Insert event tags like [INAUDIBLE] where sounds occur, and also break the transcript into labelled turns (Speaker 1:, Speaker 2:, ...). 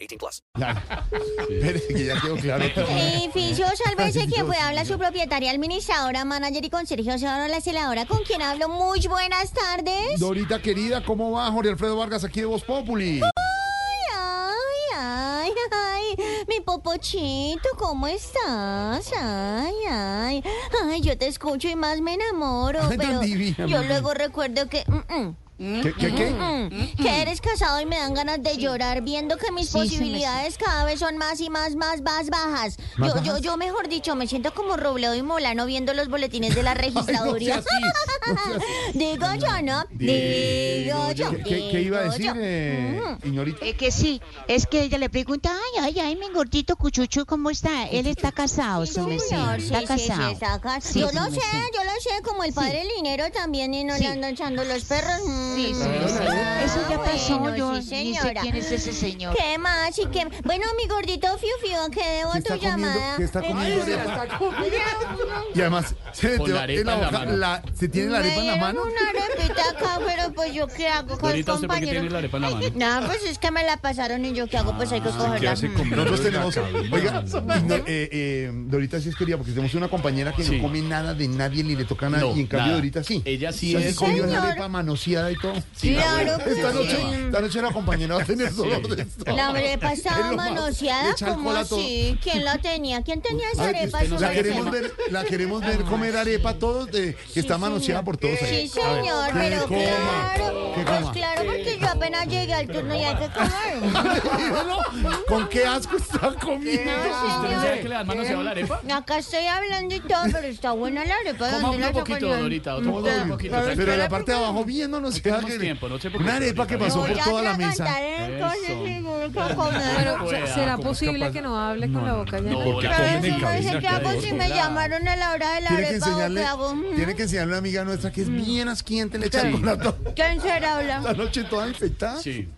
Speaker 1: 18 plus.
Speaker 2: Espere, que ya quedó claro.
Speaker 3: [LAUGHS] Edificio Sálvese que fue habla su propietaria, administradora, manager y conserje Osorno, la celadora, con quien hablo. Muy buenas tardes.
Speaker 2: Dorita querida, ¿cómo va Jorge Alfredo Vargas aquí de Voz Populi?
Speaker 3: Ay, ay, ay, ay. Mi popochito, ¿cómo estás? Ay, ay. Ay, yo te escucho y más me enamoro.
Speaker 2: Ay, tan
Speaker 3: pero
Speaker 2: divina,
Speaker 3: yo
Speaker 2: mamá.
Speaker 3: luego recuerdo que... mm, mm,
Speaker 2: ¿Qué, qué, qué?
Speaker 3: mm, Que eres casado y me dan ganas de llorar viendo que mis posibilidades cada vez son más y más, más, más bajas.
Speaker 2: ¿Más
Speaker 3: yo, yo,
Speaker 2: bajas?
Speaker 3: yo, mejor dicho, me siento como Robledo y Molano viendo los boletines de la
Speaker 2: sea
Speaker 3: registraduría.
Speaker 2: así, no sea
Speaker 3: [LAUGHS] Digo yo, ¿no? Digo yo.
Speaker 2: ¿Qué, qué- qué iba a
Speaker 3: digo
Speaker 2: decir,
Speaker 3: yo. Mm.
Speaker 2: eh, señorita?
Speaker 4: Eh, que sí, es que ella le pregunta, ay, ay, ay, mi gordito cuchucho, ¿cómo está? Él está casado, su mesía,
Speaker 3: Señor, sí,
Speaker 4: está
Speaker 3: sí, sí,
Speaker 4: casado.
Speaker 3: está casado.
Speaker 4: Sí,
Speaker 3: yo
Speaker 4: sí,
Speaker 3: lo
Speaker 4: me
Speaker 3: sé,
Speaker 4: sé.
Speaker 3: yo lo sé, como el padre Linero también y no
Speaker 4: Sí.
Speaker 3: le andan echando los perros. Mm.
Speaker 4: Sí, sí,
Speaker 2: Ah,
Speaker 4: sí.
Speaker 2: bueno.
Speaker 4: Eso ya pasó,
Speaker 3: Bueno,
Speaker 4: yo
Speaker 3: sí,
Speaker 4: ni sé
Speaker 3: señora.
Speaker 4: quién es ese señor.
Speaker 3: ¿Qué más? ¿Y qué? Bueno, mi gordito Fiu Fiu, ¿a qué debo
Speaker 2: ¿Qué
Speaker 3: tu
Speaker 2: está comiendo?
Speaker 3: llamada? Eh,
Speaker 2: ¿Qué está comiendo?
Speaker 3: comiendo?
Speaker 2: Y además, se metió
Speaker 5: la arepa
Speaker 2: en la
Speaker 5: en la
Speaker 2: boca,
Speaker 5: mano.
Speaker 2: la- ¿se tiene la arepa en la mano?
Speaker 3: una arepita acá, pero pues yo qué hago con el
Speaker 5: Dorita, ¿usted por qué
Speaker 3: compañero.
Speaker 5: tiene la arepa en la mano? Ah,
Speaker 3: Nada, pues es que me la pasaron y yo qué hago, pues hay que cogerla.
Speaker 2: Nosotros tenemos, oiga, no, eh, eh, Dorita sí es querida, porque tenemos una compañera que
Speaker 5: Sí.
Speaker 2: no come nada de nadie ni le toca nada,
Speaker 5: No,
Speaker 2: y en cambio
Speaker 5: nada.
Speaker 2: Dorita sí.
Speaker 5: Ella sí
Speaker 2: Ella
Speaker 5: es-
Speaker 2: comió una
Speaker 3: Señor.
Speaker 2: arepa manoseada y todo.
Speaker 3: Claro que
Speaker 2: Esta noche,
Speaker 3: sí.
Speaker 2: esta noche la compañera va a tener dolor de esto.
Speaker 3: La
Speaker 5: [LAUGHS]
Speaker 3: arepa
Speaker 2: Es [LAUGHS]
Speaker 3: estaba
Speaker 2: lo más.
Speaker 3: manoseada,
Speaker 2: Le echa
Speaker 3: ¿cómo
Speaker 2: alcohol a todo.
Speaker 3: así? ¿Quién la tenía? ¿Quién tenía esa
Speaker 2: Ay,
Speaker 3: arepa? Eso
Speaker 2: la,
Speaker 3: me
Speaker 2: queremos
Speaker 3: llama.
Speaker 2: ver, la queremos ver comer arepa todos, eh, que está manoseada por todos. ahí. [LAUGHS]
Speaker 3: Sí, señor,
Speaker 2: que
Speaker 3: pero
Speaker 2: coma,
Speaker 3: claro.
Speaker 2: que
Speaker 3: Pues
Speaker 2: coma.
Speaker 3: claro, porque yo apenas llegué al turno y hay que comer.
Speaker 2: ¿Con qué asco está comiendo? Pues,
Speaker 5: ¿Usted no sabe que le dan mano se va la arepa?
Speaker 3: Acá estoy hablando y todo, pero está buena la arepa. ¿de
Speaker 5: Coma
Speaker 3: ¿Dónde la
Speaker 5: un poquito,
Speaker 3: sacarían?
Speaker 5: Dorita, otro
Speaker 3: No,
Speaker 5: poquito, un poquito,
Speaker 3: pero-
Speaker 2: pues, Pero en la parte de abajo viendo no se
Speaker 5: tenemos tiempo, no se preocupe,
Speaker 2: Una arepa que
Speaker 5: ahorita
Speaker 2: pasó
Speaker 3: No,
Speaker 2: por
Speaker 3: ya
Speaker 2: toda la
Speaker 3: tragaré,
Speaker 2: mesa.
Speaker 3: entonces,
Speaker 5: Eso.
Speaker 3: seguro que a comer.
Speaker 5: No
Speaker 6: Pero,
Speaker 5: pueda,
Speaker 6: ¿será
Speaker 5: como es
Speaker 6: posible
Speaker 5: capaz?
Speaker 6: que no hable con la boca llena?
Speaker 5: No, la
Speaker 3: Pero
Speaker 5: gente
Speaker 3: si no
Speaker 5: cabina
Speaker 3: sé qué hago,
Speaker 5: que
Speaker 3: si me
Speaker 5: desdoblada.
Speaker 3: llamaron a la hora de la
Speaker 2: Tiene que
Speaker 3: arepa, ¿o
Speaker 2: enseñarle,
Speaker 3: qué hago? Mm.
Speaker 2: tiene que enseñarle a una amiga nuestra que es bien asquiente, le echa
Speaker 5: Sí.
Speaker 2: con la,
Speaker 3: ¿Quién será
Speaker 5: [LAUGHS]
Speaker 3: habla?
Speaker 2: noche toda infectada.
Speaker 5: Sí.